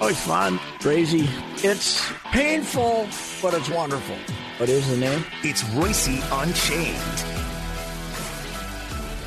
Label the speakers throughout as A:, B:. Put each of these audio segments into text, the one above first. A: Oh, it's fun, crazy. It's painful, but it's wonderful. What is the name?
B: It's Royce Unchained.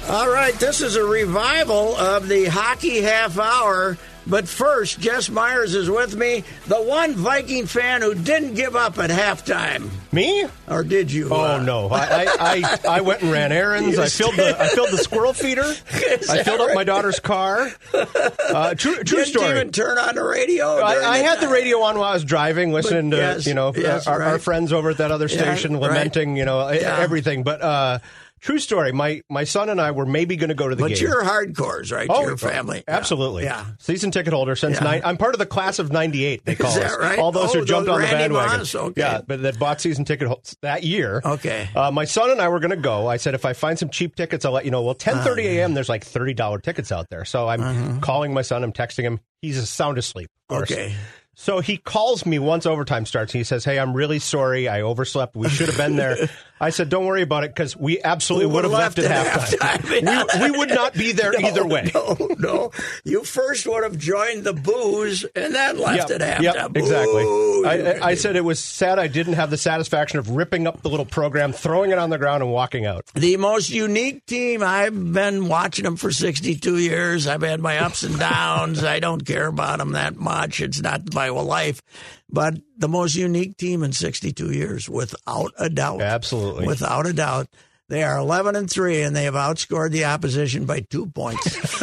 A: All right, this is a revival of the hockey half hour. But first, Jess Myers is with me, the one Viking fan who didn't give up at halftime.
C: Me?
A: Or did you?
C: Oh
A: uh,
C: no! I, I, I, I went and ran errands. I filled the I filled the squirrel feeder. I filled up my daughter's car. Uh, true true
A: Didn't
C: story.
A: even turn on the radio.
C: I,
A: during
C: I
A: the
C: had the radio on while I was driving, listening to
A: yes,
C: you know
A: yes,
C: our, our
A: right.
C: friends over at that other
A: Yeah,
C: station
A: right.
C: lamenting you know e-
A: Yeah.
C: everything. But uh, true story. My my son and I were maybe going to go to the
A: But
C: game. Oh,
A: you're hardcores, right? your family. Yeah.
C: Absolutely.
A: Yeah.
C: Season ticket holder since
A: Yeah.
C: nine. I'm part of the class of 98, they call
A: Is that
C: us.
A: right?
C: All those
A: Oh,
C: who jumped
A: those
C: on the
A: Randy
C: bandwagon.
A: Moss, okay.
C: Yeah, but that bought season ticket hol- that year.
A: Okay.
C: Uh, my son and I were going to go. I said, if I find some cheap tickets, I'll let you know. Well,
A: Oh,
C: 10.30 a.m., there's like $30 tickets out there. So I'm calling my son. I'm texting him. He's sound asleep. of course.
A: Mm-hmm. Okay.
C: So he calls me once overtime starts. He says, "Hey, I'm really sorry. I overslept. We should have been there." I said, "Don't worry about it because we absolutely
A: We
C: would have left,
A: would've
C: at
A: left
C: halftime.
A: at halftime.
C: we, we would not be there
A: No,
C: either way."
A: No, no. You first would have joined the booze and then left
C: Yep,
A: at halftime.
C: yep, exactly.
A: Boo, you
C: I, I- I
A: idiot.
C: said it was sad I didn't have the satisfaction of ripping up the little program, throwing it on the ground, and walking out.
A: the most unique team. I've been watching them for 62 years. I've had my ups and downs. I don't care about them that much. It's not my life, but the most unique team in 62 years, without a doubt.
C: Absolutely.
A: Without a doubt. They are 11 and 3, and they have outscored the opposition by two points.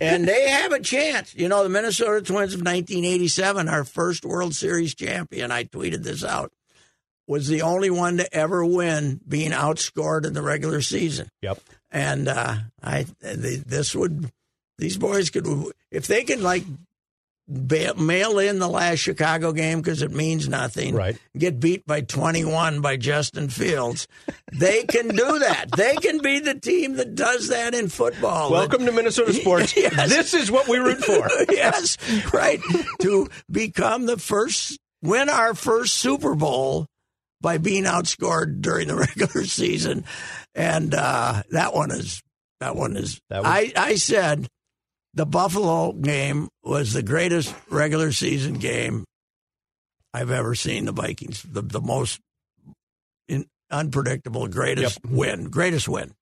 A: and they have a chance. You know, the Minnesota Twins of 1987, our first World Series champion, I tweeted this out, was the only one to ever win being outscored in the regular season.
C: Yep.
A: And uh, I, they, this would, these boys could, if they can like ba- mail in the last Chicago game because it means nothing.
C: Right.
A: Get beat by 21 by Justin Fields. They can do that. they can be the team that does that in football.
C: Welcome to Minnesota sports.
A: Yes.
C: This is what we root for.
A: yes, right. to become the first, win our first Super Bowl by being outscored during the regular season, and uh, that one is that one is.
C: That was-
A: I I said the Buffalo game was the greatest regular season game I've ever seen. The Vikings, the the most. In, unpredictable, greatest win, greatest win.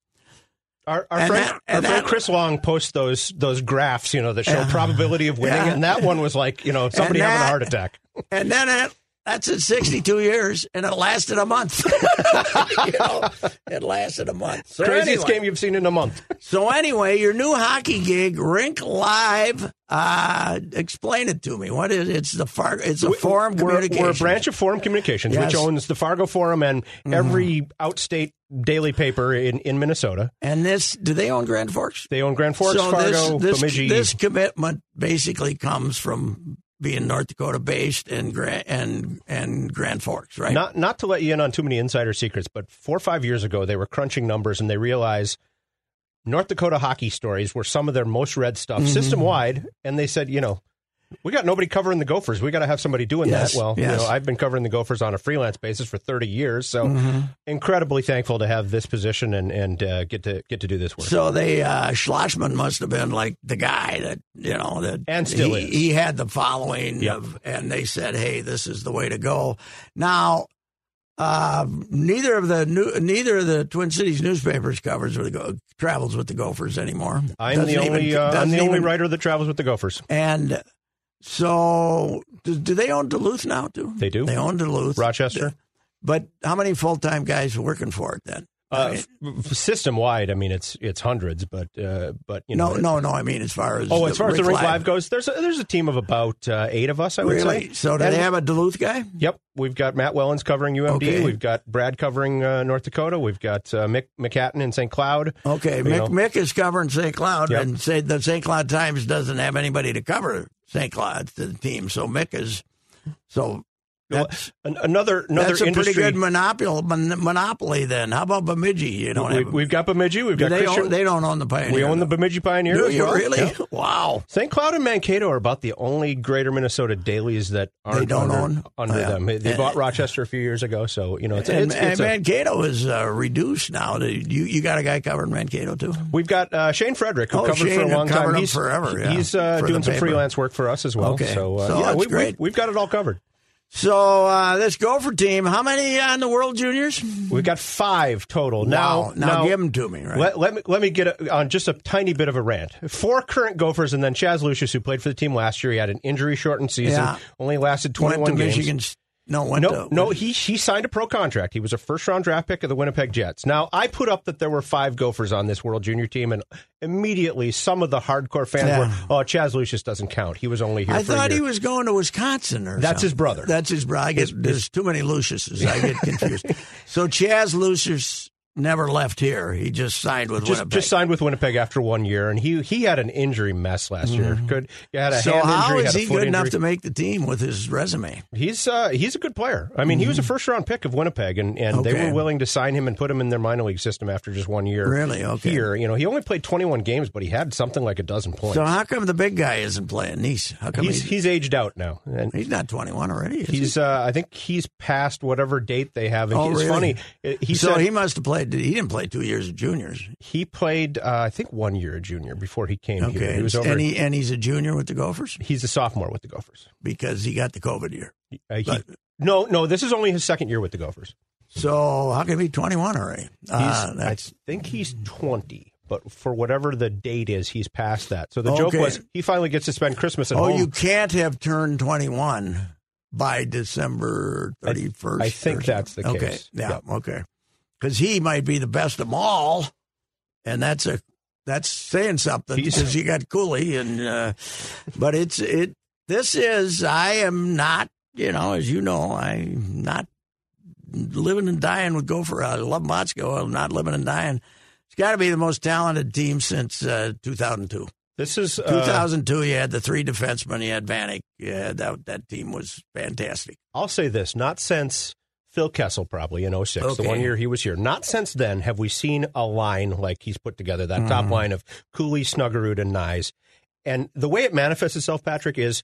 C: Our, our
A: And
C: friend,
A: that-
C: our
A: and that-
C: friend Chris Long posts those those graphs, you know, that show
A: Yeah.
C: probability of winning,
A: Yeah.
C: and that one was like, you know, somebody having
A: that-
C: a heart attack.
A: And then it, that's in 62 years, and it lasted a month. you know, it lasted a month. So
C: Craziest
A: anyway,
C: game you've seen in a month.
A: So anyway, your new hockey gig, Rink Live. Uh, explain it to me. What is it's the far, it's a forum
C: We're-
A: communication.
C: We're a branch of Forum Communications,
A: Yes. Mm-hmm.
C: which owns the Fargo Forum and every outstate daily paper in, in Minnesota.
A: and this do they own Grand Forks?
C: They own Grand Forks,
A: so
C: Fargo,
A: this this,
C: Bemidji.
A: this commitment basically comes from being North Dakota based and Grand and and Grand Forks, right?
C: Not not to let you in on too many insider secrets, but four or five years ago, they were crunching numbers and they realized North Dakota hockey stories were some of their most read stuff
A: Mm-hmm.
C: system wide, and they said, you know. We got nobody covering the Gophers. We got to have somebody doing
A: Yes,
C: that. Well, you
A: yes.
C: know, I've been covering the Gophers on a freelance basis for 30 years, so
A: Mm-hmm.
C: incredibly thankful to have this position and and uh, get to get to do this work.
A: So they uh, Schlossman must have been like the guy that you know that
C: And still
A: he,
C: is.
A: he had the following
C: Yep.
A: of, and they said, "Hey, this is the way to go." Now, uh, neither of the new, neither of the Twin Cities newspapers covers with the go, travels with the Gophers anymore.
C: I'm the
A: Doesn't even-
C: only uh, I'm
A: doesn't
C: the only
A: even-
C: writer that travels with the Gophers.
A: And so, do, do they own Duluth now too?
C: They do.
A: They own Duluth,
C: Rochester.
A: But how many full time guys working for it then?
C: Uh, system wide, I mean it's it's hundreds, but uh, but you know
A: no, no, no. I mean, as far as
C: Oh, as far as the
A: Rick
C: rink live goes, there's a, there's a team of about uh, eight of us, I would
A: Really?
C: say.
A: So do
C: And-
A: they have a Duluth guy?
C: Yep, we've got Matt Wellens covering UMD.
A: Okay.
C: We've got Brad covering uh, North Dakota. We've got uh, Mick McCatton in St. Cloud.
A: Okay,
C: You
A: Mick,
C: know.
A: Mick is covering St. Cloud,
C: Yep.
A: and say the St. Cloud Times doesn't have anybody to cover St. Cloud to the team. So Mick is so that's,
C: An- another another
A: that's a
C: industry.
A: pretty good monopoly mon- monopoly. Then how about Bemidji? You don't
C: we,
A: have
C: we've got Bemidji. We've
A: do
C: got
A: they,
C: Christian.
A: own, they don't own the Pioneer.
C: we own the
A: though.
C: Bemidji Pioneer.
A: Do
C: as
A: you
C: well.
A: really?
C: Yeah.
A: Wow.
C: St. Cloud and Mankato are about the only Greater Minnesota dailies that aren't
A: They don't
C: under,
A: own?
C: under
A: Yeah.
C: them. They bought Rochester a few years ago, so you know it's,
A: and
C: it's, it's
A: and
C: a-
A: Mankato is uh, reduced now. Do You you got a guy covering Mankato too.
C: We've got uh, Shane Frederick, who
A: Oh,
C: covered
A: Shane,
C: for a long
A: covered
C: time.
A: him
C: He's
A: forever, yeah,
C: he's uh,
A: for
C: doing
A: the
C: some
A: paper.
C: freelance work for us as well.
A: Okay.
C: So, uh,
A: So
C: yeah,
A: that's
C: we,
A: great.
C: We, have got it all covered.
A: So uh, this Gopher team, how many on the World Juniors?
C: We've got five total
A: wow.
C: now.
A: now, give them to me. Right?
C: Let, let me let me get a, on just a tiny bit of a rant. Four current Gophers, and then Chaz Lucius, who played for the team last year. He had an injury-shortened season,
A: Yeah.
C: only lasted
A: went to
C: twenty-one games.
A: Michigan. S- No, went
C: No,
A: to
C: no, he he signed a pro contract. He was a first round draft pick of the Winnipeg Jets. Now I put up that there were five Gophers on this World Junior team, and immediately some of the hardcore fans
A: Yeah.
C: were, "Oh, Chaz Lucius doesn't count. He was only here."
A: I
C: for a
A: thought he
C: year."
A: was going to Wisconsin or
C: That's his
A: something.
C: brother.
A: That's his brother. I get there's too many Luciuses. I get confused. so Chaz Lucius never left here. He just signed with
C: Just,
A: Winnipeg.
C: just signed with Winnipeg after one year, and he he had an injury mess last year. Good, he had a
A: Mm-hmm. so
C: hand
A: how
C: injury,
A: is
C: had a
A: he
C: foot
A: good enough to
C: injury.
A: make the team with his resume?
C: He's uh, he's a good player. I mean, he was a first round pick of Winnipeg, and, and they
A: Mm-hmm. Okay.
C: were willing to sign him and put him in their minor league system after just one year.
A: Really? Okay.
C: Here, you know, he only played twenty one games, but he had something like a dozen points.
A: So how come the big guy isn't playing? Nice. How come
C: he's
A: he's,
C: he's aged out now, and
A: he's not 21 already? Is
C: he's uh, I think he's past whatever date they have. And
A: Oh,
C: he- it's
A: really?
C: funny. uh,
A: he?
C: He
A: so
C: said
A: he
C: he,
A: must have played. He didn't play two years of juniors.
C: played uh, I think one year a junior before he came here.
A: Okay,
C: He was over.
A: and he and he's a junior with the Gophers
C: he's a sophomore with the Gophers.
A: because he got the COVID year.
C: Uh, he-
A: But-
C: no, no, this is only his second year with the Gophers.
A: So how can he be 21 already? Uh,
C: He's- I
A: that's
C: think he's twenty. But for whatever the date is, he's past that. So the joke
A: Okay.
C: was he finally gets to spend Christmas at
A: oh,
C: home.
A: you can't have turned 21 by December 31st.
C: I think
A: or
C: that's the
A: something. okay.
C: case.
A: Yeah,
C: Yep.
A: okay. Because he might be the best of them all, and that's a that's saying something
C: He's-
A: because you got Cooley and uh, but it's it. This is I am not you know as you know I'm not living and dying with Gopher. I love Motzko. I'm not living and dying. It's got to be the most talented team since uh, 2002.
C: this is uh,
A: 2002, you had the three defensemen. You had Vanek. Yeah, that that team was fantastic.
C: I'll say this, not since Phil Kessel probably in 06,
A: Okay.
C: the one year he was here. Not since then have we seen a line like he's put together, that
A: Mm.
C: top line of Cooley, Snuggerud, and Nyes. And the way it manifests itself, Patrick, is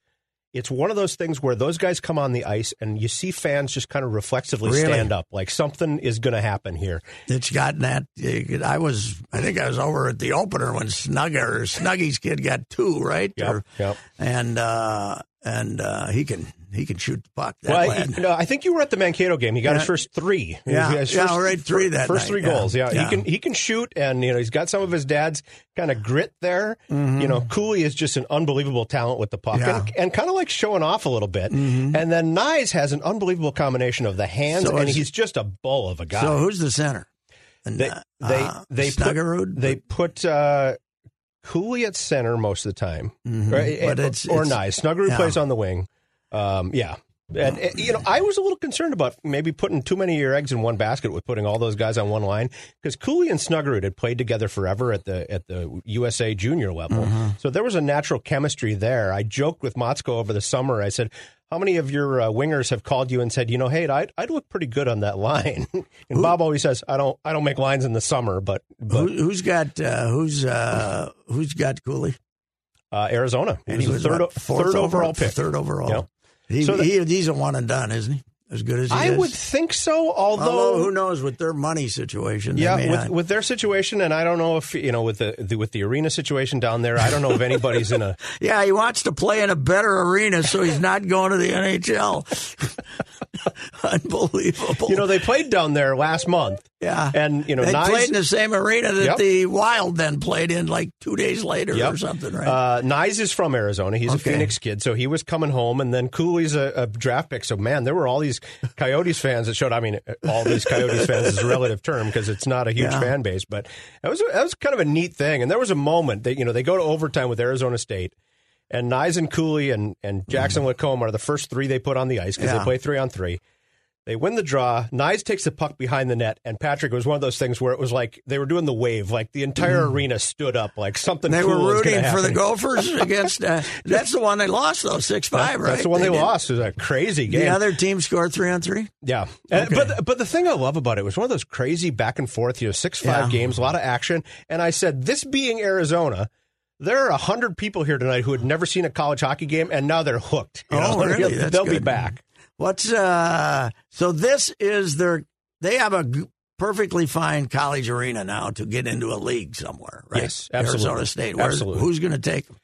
C: it's one of those things where those guys come on the ice and you see fans just kind of reflexively
A: Really?
C: stand up, like something is going to happen here.
A: It's gotten that. I was, I think I was over at the opener when Snugger, Snuggy's kid got two, right? Or-
C: yep.
A: And uh, and uh, he can he can shoot the puck. That
C: Well, I,
A: lad.
C: no, I think you were at the Mankato game. He got his
A: Yeah.
C: first three. He
A: Yeah.
C: his
A: Yeah, all right, three that
C: first
A: night.
C: three
A: Yeah.
C: goals. Yeah.
A: Yeah.
C: he can he can shoot, and you know he's got some of his dad's kind of grit there. You know, Cooley is just an unbelievable talent with the puck,
A: Mm-hmm. Yeah. Mm-hmm.
C: and, and kind of like showing off a little bit. And then Nyes has an unbelievable combination of the hands,
A: So
C: and
A: is-
C: he's just a bull of a guy.
A: so who's the center? And,
C: they
A: uh,
C: they
A: uh,
C: they
A: Snuggerud.
C: put, they put uh, Cooley at center most of the time,
A: Mhm.
C: Right,
A: But
C: or-
A: it's-
C: or
A: it's-
C: nice. Snuggerud
A: yeah.
C: plays on the wing. Um, yeah. And uh, you know, I was a little concerned about maybe putting too many of your eggs in one basket with putting all those guys on one line because Cooley and Snuggerud had played together forever at the at the USA junior level,
A: Mm-hmm.
C: so there was a natural chemistry there. I joked with Motzko over the summer. I said, "How many of your uh, wingers have called you and said, you know, hey, I'd, I'd look pretty good on that line?" and Bob always says, "I don't I don't make lines in the summer, but
A: who,
C: but
A: who's got uh, who's uh, who's got Cooley?
C: uh, Arizona, he was, the third
A: what, fourth
C: third overall
A: over-
C: pick,
A: Third overall.
C: Yeah.
A: He,
C: So the-
A: he- he's a one and done, isn't he? As good as he
C: I
A: is.
C: would think so, although.
A: Although who knows with their money situation? they
C: yeah,
A: may
C: with,
A: not.
C: with their situation, and I don't know if you know with the, the with the arena situation down there. I don't know if anybody's in a.
A: yeah, he wants to play in a better arena, so he's not going to the NHL. Unbelievable.
C: You know, they played down there last month,
A: yeah,
C: and you know,
A: they
C: Nyes-
A: played in the same arena that
C: Yep.
A: the Wild then played in, like two days later
C: Yep.
A: or something, right?
C: Uh, Nyes is from Arizona. He's
A: Okay.
C: a Phoenix kid, so he was coming home, and then Cooley's a, a draft pick. So man, there were all these Coyotes fans that showed. I mean, all these Coyotes fans is a relative term because it's not a huge
A: Yeah.
C: fan base, but that was that was kind of a neat thing. And there was a moment that you know they go to overtime with Arizona State. And Nyes and Cooley and, and Jackson Lacombe are the first three they put on the ice because
A: Mm-hmm. Yeah.
C: they play three on three. They win the draw. Nyes takes the puck behind the net, and Patrick it was one of those things where it was like they were doing the wave, like the entire arena stood up, like something.
A: Mm-hmm. They
C: cool
A: were
C: was gonna
A: rooting for the
C: happen.
A: Gophers against. Uh, that's the one they lost though, six
C: That-
A: five. Right?
C: That's the one they,
A: did.
C: lost. It was a crazy game.
A: The other team scored three on three.
C: Yeah, And- but but the thing I love about it was one of those crazy back and forth, you know, six five
A: Yeah.
C: games, a lot of action. And I said, this being Arizona, there are a hundred people here tonight who had never seen a college hockey game, and now they're hooked. you
A: Oh,
C: know?
A: really?
C: They'll-
A: That's
C: They'll be
A: good.
C: back.
A: What's uh? So this is their. They have a g- perfectly fine college arena now to get into a league somewhere. Right?
C: Yes, absolutely.
A: Arizona State. Where-
C: Absolutely.
A: Who's going to take them?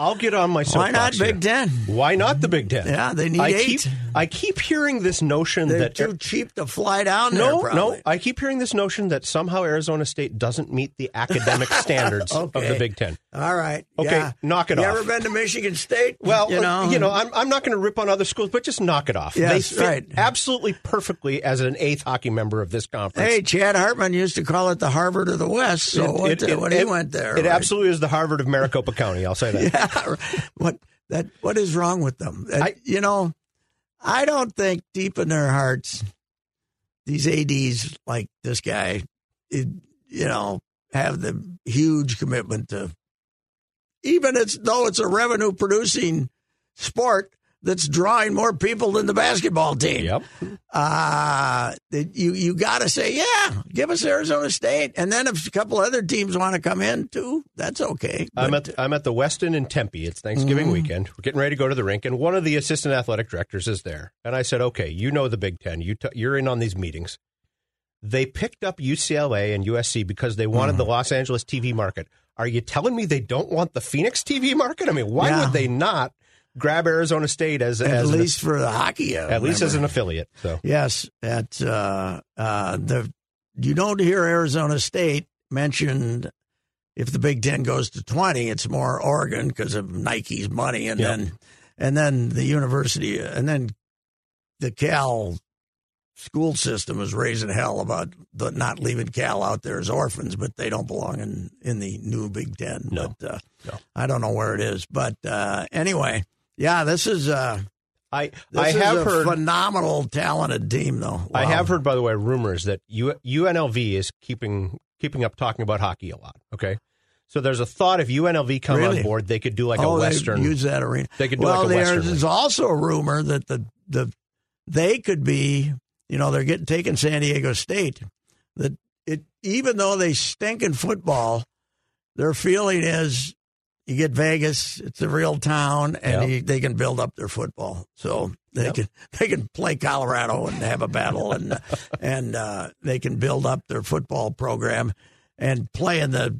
C: I'll get on my
A: Why not
C: soapbox here.
A: Big Ten?
C: Why not the Big Ten?
A: Yeah, they need
C: I
A: eight.
C: Keep, I keep hearing this notion
A: They're
C: that
A: too cheap to fly down there.
C: no, no,
A: probably.
C: I keep hearing this notion that somehow Arizona State doesn't meet the academic standards of the
A: Okay.
C: Big Ten.
A: All right.
C: Okay,
A: yeah.
C: knock it
A: you
C: off.
A: Ever been to Michigan State?
C: Well, uh,
A: you know,
C: I'm, I'm not going to rip on other schools, but just knock it off.
A: Yes,
C: they fit
A: right.
C: absolutely perfectly as an eighth hockey member of this conference.
A: Hey, Chad Hartman used to call it the Harvard of the West. So
C: It-
A: what
C: it-
A: the-
C: it-
A: when he
C: it-
A: went there,
C: It
A: right?
C: absolutely is the Harvard of Maricopa County. I'll say that.
A: yeah, what that what is wrong with them? That-
C: I-
A: you know, I don't think deep in their hearts, these ads like this guy, it, you know, have the huge commitment to, even it's though it's a revenue producing sport that's drawing more people than the basketball team.
C: Yep.
A: uh, that you you got to say, yeah, give us Arizona State, and then if a couple other teams want to come in too, that's okay.
C: I'm
A: But-
C: at I'm at the Westin in Tempe. It's Thanksgiving
A: Mm-hmm.
C: weekend. We're getting ready to go to the rink, and one of the assistant athletic directors is there. And I said, "Okay, you know the Big Ten. You t- you're in on these meetings." They picked up UCLA and USC because they wanted
A: Mm-hmm.
C: the Los Angeles TV market. Are you telling me they don't want the Phoenix TV market? I mean, why
A: Yeah.
C: would they not grab Arizona State as
A: at
C: as an-
A: least for the hockey, I
C: at least as an
A: remember.
C: affiliate? So
A: yes, at uh, uh, the you don't hear Arizona State mentioned. If the Big Ten goes to twenty, it's more Oregon because of Nike's money, and
C: Yep.
A: then and then the university, and then the Cal school system is raising hell about the, not leaving Cal out there as orphans, but they don't belong in, in the new Big Ten.
C: No.
A: But, uh,
C: No.
A: I don't know where it is, but uh, anyway, yeah, this is. Uh,
C: I
A: this
C: I
A: is
C: have
A: a
C: heard
A: phenomenal, talented team, though.
C: I
A: Wow.
C: have heard by the way rumors that U, UNLV is keeping keeping up talking about hockey a lot. Okay. So there's a thought if UNLV come
A: Really?
C: on board, they could do like
A: oh,
C: a Western.
A: They use that arena.
C: They could do
A: well,
C: like a
A: there-
C: Western.
A: there's
C: league.
A: also a rumor that the the they could be, you know, they're getting taking San Diego State. That it even though they stink in football, their feeling is you get Vegas, it's a real town, and
C: Yeah.
A: you, they can build up their football. So they
C: Yep.
A: can they can play Colorado and have a battle, and and uh, they can build up their football program and play in the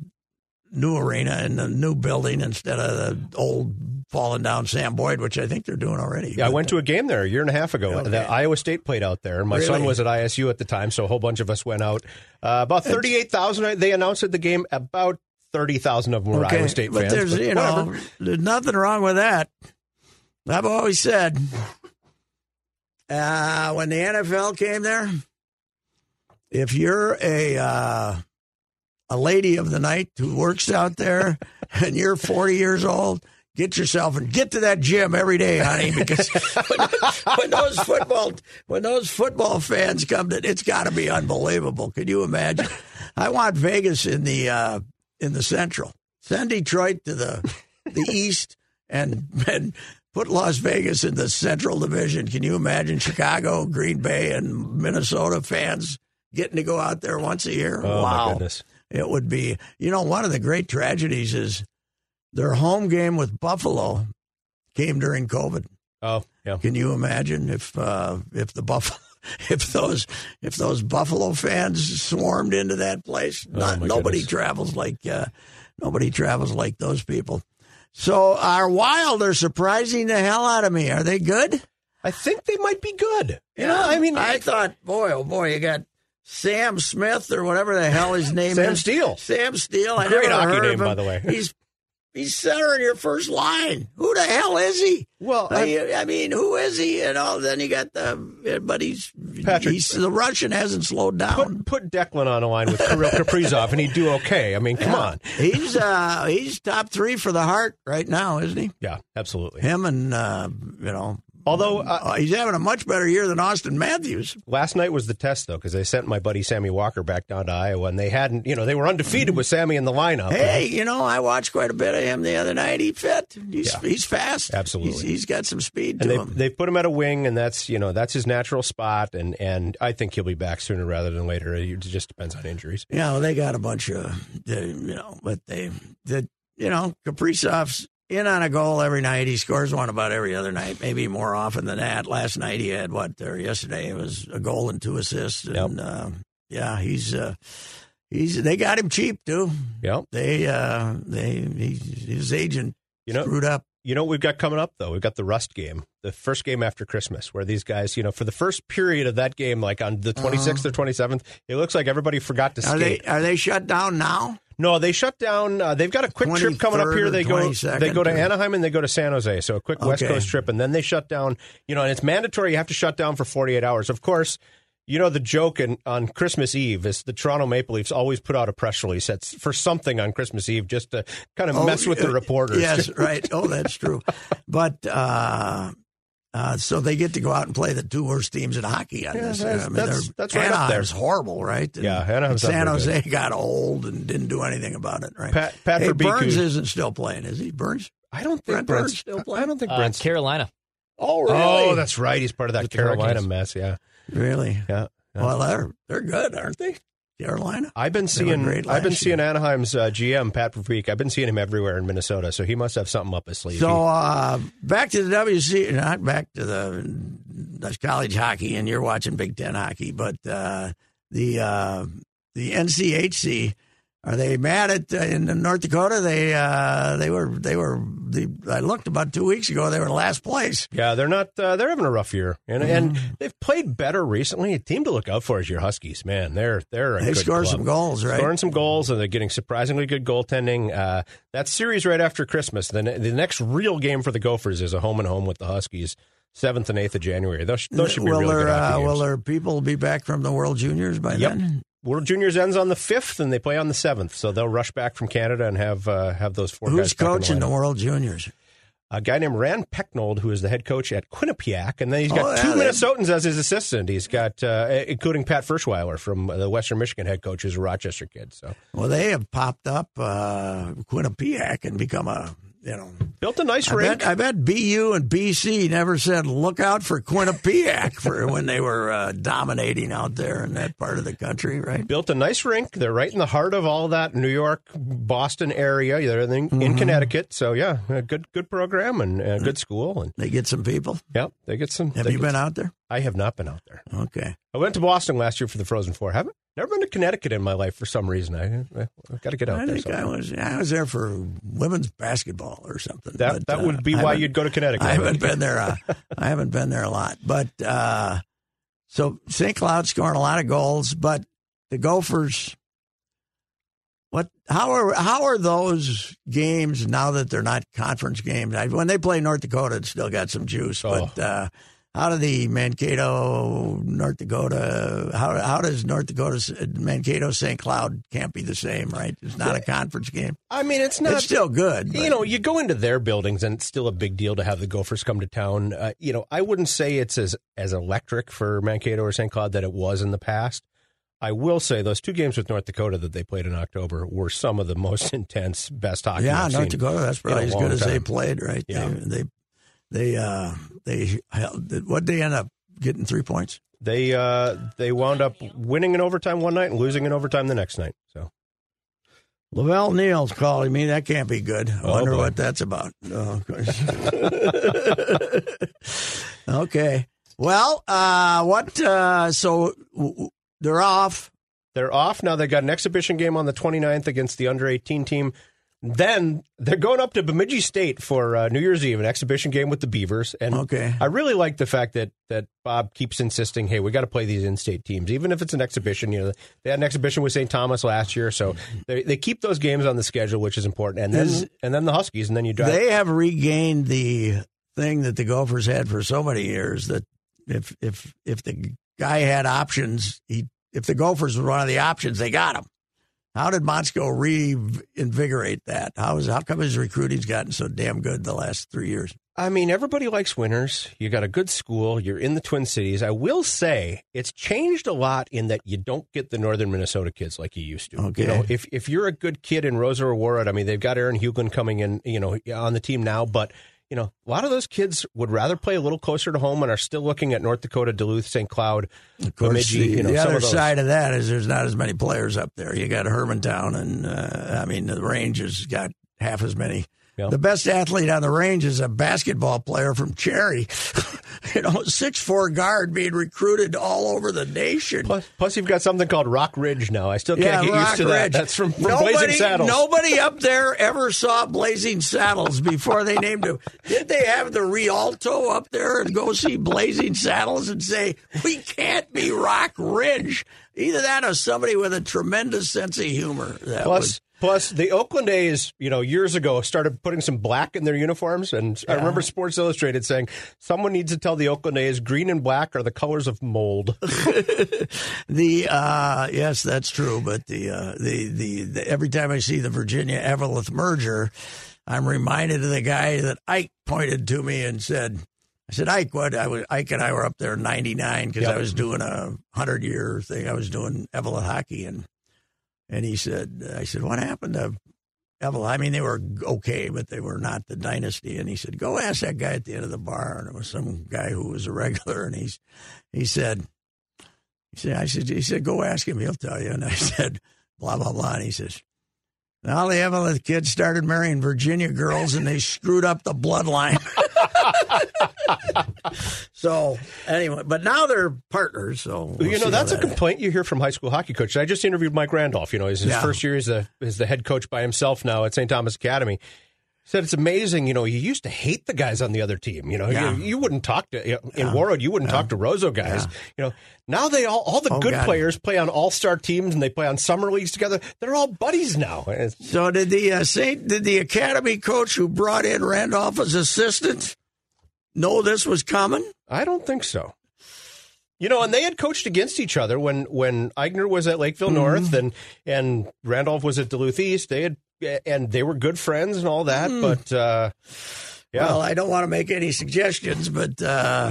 A: new arena in the new building instead of the old falling down Sam Boyd, which I think they're doing already.
C: Yeah, I went to a game there a year and a half ago.
A: Okay.
C: That Iowa State played out there. My son
A: Really?
C: was at ISU at the time, so a whole bunch of us went out. Uh, about thirty-eight thousand. They announced at the game about thirty thousand of them were Iowa State
A: but
C: fans.
A: there's
C: but
A: you
C: whatever.
A: know there's nothing wrong with that. I've always said uh, when the NFL came there, if you're a uh, a lady of the night who works out there and you're 40 years old, get yourself and get to that gym every day, honey, because when, when those football when those football fans come to it's got to be unbelievable. Can you imagine? I want Vegas in the uh, in the Central. Send Detroit to the the East and and put Las Vegas in the Central Division. Can you imagine Chicago, Green Bay, and Minnesota fans getting to go out there once a year?
C: Oh
A: wow.
C: my goodness!
A: It would be, you know, one of the great tragedies is their home game with Buffalo came during COVID.
C: Oh yeah.
A: Can you imagine if uh, if the Buffalo if those if those Buffalo fans swarmed into that place?
C: Oh,
A: Not-
C: my
A: nobody
C: goodness.
A: travels like uh, nobody travels like those people. So our Wild are surprising the hell out of me. Are they good?
C: I think they might be good. You know, I mean,
A: I thought, boy, oh boy, you got Sam Smith or whatever the hell his name
C: Sam
A: is.
C: Steele.
A: Sam Steele. I
C: Great
A: never
C: hockey
A: heard of
C: name,
A: him.
C: by the way.
A: He's he's center in your first line. Who the hell is he?
C: well, I-
A: I, I mean, who is he? And all then you got the but he's
C: Patrick-
A: He's, the Russian hasn't slowed down.
C: put put Declan on a line with Kirill Kaprizov, and he'd do okay. I mean, come on.
A: he's uh he's top three for the heart right now, isn't he?
C: Yeah, absolutely.
A: Him and uh, you know
C: Although uh,
A: Uh, he's having a much better year than Austin Matthews.
C: last night was the test though, because they sent my buddy Sammy Walker back down to Iowa, and they hadn't. You know, they were undefeated with Sammy in the lineup.
A: Hey, you know, I watched quite a bit of him the other night. He fit. He's
C: Yeah.
A: he's fast.
C: Absolutely.
A: He's, he's got some speed
C: And
A: to
C: they
A: him.
C: they put him at a wing, and that's you know that's his natural spot, and and I think he'll be back sooner rather than later. It just depends on injuries.
A: Yeah, well, they got a bunch of, they, you know, but they, the, you know, Kaprizov's in on a goal every night. He scores one about every other night, maybe more often than that. Last night he had what, or yesterday it was a goal and two assists. And uh, yeah, he's, uh, he's, they got him cheap too.
C: Yeah,
A: They, uh, they, he, his agent
C: you know
A: screwed up.
C: you know what we've got coming up though we've got the rust game the first game after christmas where these guys you know for the first period of that game like on the 26th or 27th it looks like everybody forgot to
A: Uh-huh. Are they,
C: skate
A: are they shut down now?
C: no they shut down uh, they've got a quick trip coming up
A: 23rd
C: here
A: or
C: they go
A: 22nd
C: they go to
A: or-
C: anaheim and they go to san jose so a quick west
A: Okay.
C: coast trip and then they shut down you know and it's mandatory you have to shut down for 48 hours of course you know the joke in, on Christmas Eve is the Toronto Maple Leafs always put out a press release that's for something on Christmas Eve just to kind of
A: Oh,
C: mess with the
A: uh,
C: reporters.
A: Yes, right. Oh, that's true. But uh, uh, so they get to go out and play the two worst teams in hockey on
C: Yeah,
A: this.
C: that's-
A: I mean,
C: that's-
A: they're-
C: that's right up there.
A: Anaheim's horrible, right? And
C: Yeah, Anaheim's not
A: San
C: very good.
A: Jose got old and didn't do anything about it, right?
C: Pat- Pat
A: hey,
C: Verbeek,
A: Burns
C: who-
A: isn't still playing, is he? Burns?
C: I don't
A: Brent
C: think
A: Burns
C: Brent's,
A: still
C: I don't think
D: Uh,
C: Brent's
D: Carolina.
A: Oh,
C: Oh, that's right. He's part of that
D: With the
C: Carolina
D: Hurricanes.
C: mess. Yeah.
A: really?
C: Yeah. Yeah.
A: Well, they're they're good, aren't they? Carolina.
C: I've been
A: were
C: seeing
A: great
C: I've been
A: last
C: seeing Anaheim's uh, GM Pat Verbeek. I've been seeing him everywhere in Minnesota, so he must have something up his sleeve.
A: So uh, back to the WC, not back to the, the college hockey, and you're watching Big Ten hockey, but uh, the uh, the NCHC are they mad at uh, in North Dakota? They uh, they were they were the, I looked about two weeks ago. They were in last place.
C: He- yeah, they're not uh, they're having a rough year. And
A: Mm-hmm.
C: and they've played better recently. A team to look out for is your Huskies, man. They're they're a
A: They
C: good
A: scored
C: club.
A: some goals, right?
C: Scoring some goals, and they're getting surprisingly good goaltending. Uh, that series right after Christmas, the, ne- the next real game for the Gophers is a home and home with the Huskies, seventh and eighth of January. Those, those should be
A: will
C: really
A: their
C: good hockey
A: uh,
C: games.
A: will their people be back from the World Juniors by
C: Yep.
A: then?
C: World Juniors ends on the fifth, and they play on the seventh. So they'll rush back from Canada and have uh, have those four.
A: Who's
C: guys back in
A: coaching the
C: the, lineup.
A: World Juniors?
C: A guy named Rand Pecknold, who is the head coach at Quinnipiac, and then he's got
A: Oh, yeah,
C: two
A: they-
C: Minnesotans as his assistant. He's got uh, including Pat Firschweiler from the Western Michigan head coach, who's a Rochester kid. So
A: Well, they have popped up uh, Quinnipiac and become a you know
C: built a nice
A: I
C: rink.
A: bet, I bet BU and BC never said look out for Quinnipiac for when they were uh, dominating out there in that part of the country, right?
C: Built a nice rink. They're right in the heart of all that New York, Boston area. They're in, in
A: Mm-hmm.
C: Connecticut, so yeah, a good good program and a good school. And
A: They get some people.
C: yeah, they get some.
A: Have
C: they
A: you
C: get-
A: been out there?
C: I have not been out there.
A: Okay.
C: I went to Boston last year for the Frozen Four. Haven't never been to Connecticut in my life for some reason. I, I, have got to get out
A: I
C: there.
A: think I
C: sometime.
A: was I was there for women's basketball or something.
C: that
A: but,
C: that
A: uh,
C: would be
A: I
C: why
A: haven't-
C: you'd go to Connecticut.
A: I haven't been there. Uh, I haven't been there a lot, but uh, so St. Cloud scoring a lot of goals, but the Gophers. What? How are how are those games now that they're not conference games? I, when they play North Dakota, it's still got some juice,
C: Oh.
A: but. Uh, how do the Mankato, North Dakota? How how does North Dakota, Mankato, St. Cloud can't be the same, right? It's not a conference game.
C: I mean, it's not.
A: It's still good.
C: you
A: but-
C: know, you go into their buildings, and it's still a big deal to have the Gophers come to town. Uh, you know, I wouldn't say it's as as electric for Mankato or St. Cloud that it was in the past. I will say those two games with North Dakota that they played in October were some of the most intense, best hockey.
A: Yeah,
C: I've
A: North
C: seen.
A: Dakota. That's probably
C: in
A: as
C: a
A: good
C: long
A: as they
C: time.
A: played, right?
C: Yeah.
A: They, they, they, uh, they held. What they end up getting three points.
C: They uh, they wound up winning in overtime one night and losing in overtime the next night. So
A: Lavelle Neal's calling me. That can't be good. I
C: Oh,
A: wonder
C: boy.
A: what that's about. Oh, of course. okay. Well, uh, what? Uh, so w- w- they're off.
C: They're off now. They got an exhibition game on the 29th against the under 18 team. Then they're going up to Bemidji State for uh, New Year's Eve, an exhibition game with the Beavers. And
A: Okay.
C: I really like the fact that that Bob keeps insisting, hey, we got to play these in-state teams, even if it's an exhibition. You know, they had an exhibition with St. Thomas last year, so they, they keep those games on the schedule, which is important. And
A: Is-
C: then and then the Huskies, and then you drive.
A: They have regained the thing that the Gophers had for so many years that if if if the guy had options, he if the Gophers were one of the options, they got him. How did Motzko reinvigorate that? How is how come his recruiting's gotten so damn good the last three years?
C: I mean, everybody likes winners. You got a good school. You're in the Twin Cities. I will say it's changed a lot in that you don't get the northern Minnesota kids like you used to.
A: Okay.
C: You know, if if you're a good kid in Rosa or Warren, I mean, they've got Aaron Hughlin coming in, you know, on the team now, but you know, a lot of those kids would rather play a little closer to home and are still looking at North Dakota, Duluth, St. Cloud,
A: Of course,
C: Bemidji,
A: the,
C: you know,
A: the
C: some
A: other
C: of those.
A: side of that is there's not as many players up there. You got Hermantown, and uh, I mean the range has got half as many.
C: Yeah.
A: The best athlete on the range is a basketball player from Cherry. you know, six four guard being recruited all over the nation.
C: Plus, plus, you've got something called Rock Ridge now. I still can't get used to that.
A: Ridge.
C: That's from, from
A: nobody,
C: Blazing Saddles.
A: Nobody up there ever saw Blazing Saddles before they named him. Did they have the Rialto up there and go see Blazing Saddles and say, we can't be Rock Ridge? Either that or somebody with a tremendous sense of humor. That
C: Plus, plus the Oakland A's, you know, years ago started putting some black in their uniforms, and I remember Sports Illustrated saying someone needs to tell the Oakland A's green and black are the colors of mold.
A: The uh, yes, that's true. But the, uh, the the the every time I see the Virginia Eveleth merger, I'm reminded of the guy that Ike pointed to me and said, "I said Ike, what I was Ike and I were up there in '99 because
C: Yep.
A: I was doing a hundred year thing. I was doing Eveleth hockey and and he said, I said, what happened to Evelyn? I mean, they were okay, but they were not the dynasty. And he said, go ask that guy at the end of the bar. And it was some guy who was a regular. And he's, he said, he said, I said, he said, go ask him. He'll tell you. And I said, blah, blah, blah. And he says, and all the Evelyn kids started marrying Virginia girls and they screwed up the bloodline. so anyway, but now they're partners. So we'll
C: you
A: see
C: know,
A: how
C: that's a
A: that-
C: complaint you hear from high school hockey coaches. I just interviewed Mike Randolph. You know, his, his
A: Yeah.
C: first year as the as the head coach by himself now at St. Thomas Academy. He Said it's amazing, you know. You used to hate the guys on the other team. You know,
A: Yeah.
C: you, you wouldn't talk to you know, in Warroad. You wouldn't talk to Roseau guys. You know, now they all all the
A: Oh,
C: good
A: God.
C: players play on all star teams and they play on summer leagues together. They're all buddies now. And it's-
A: So did the uh, Saint did the academy coach who brought in Randolph as assistant know this was coming?
C: I don't think so. You know, and they had coached against each other when when Eigner was at
A: Mm-hmm.
C: Lakeville North and and Randolph was at Duluth East. They had and they were good friends and all that,
A: Mm.
C: but uh, yeah,
A: Well, I don't want to make any suggestions, but uh,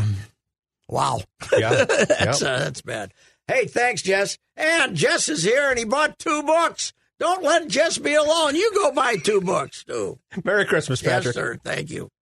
A: wow,
C: yeah, yeah.
A: that's uh, that's bad. Hey, thanks, Jess. And Jess is here, and he bought two books. Don't let Jess be alone. You go buy two books too.
C: Merry Christmas,
A: Yes,
C: Patrick.
A: sir. Thank you.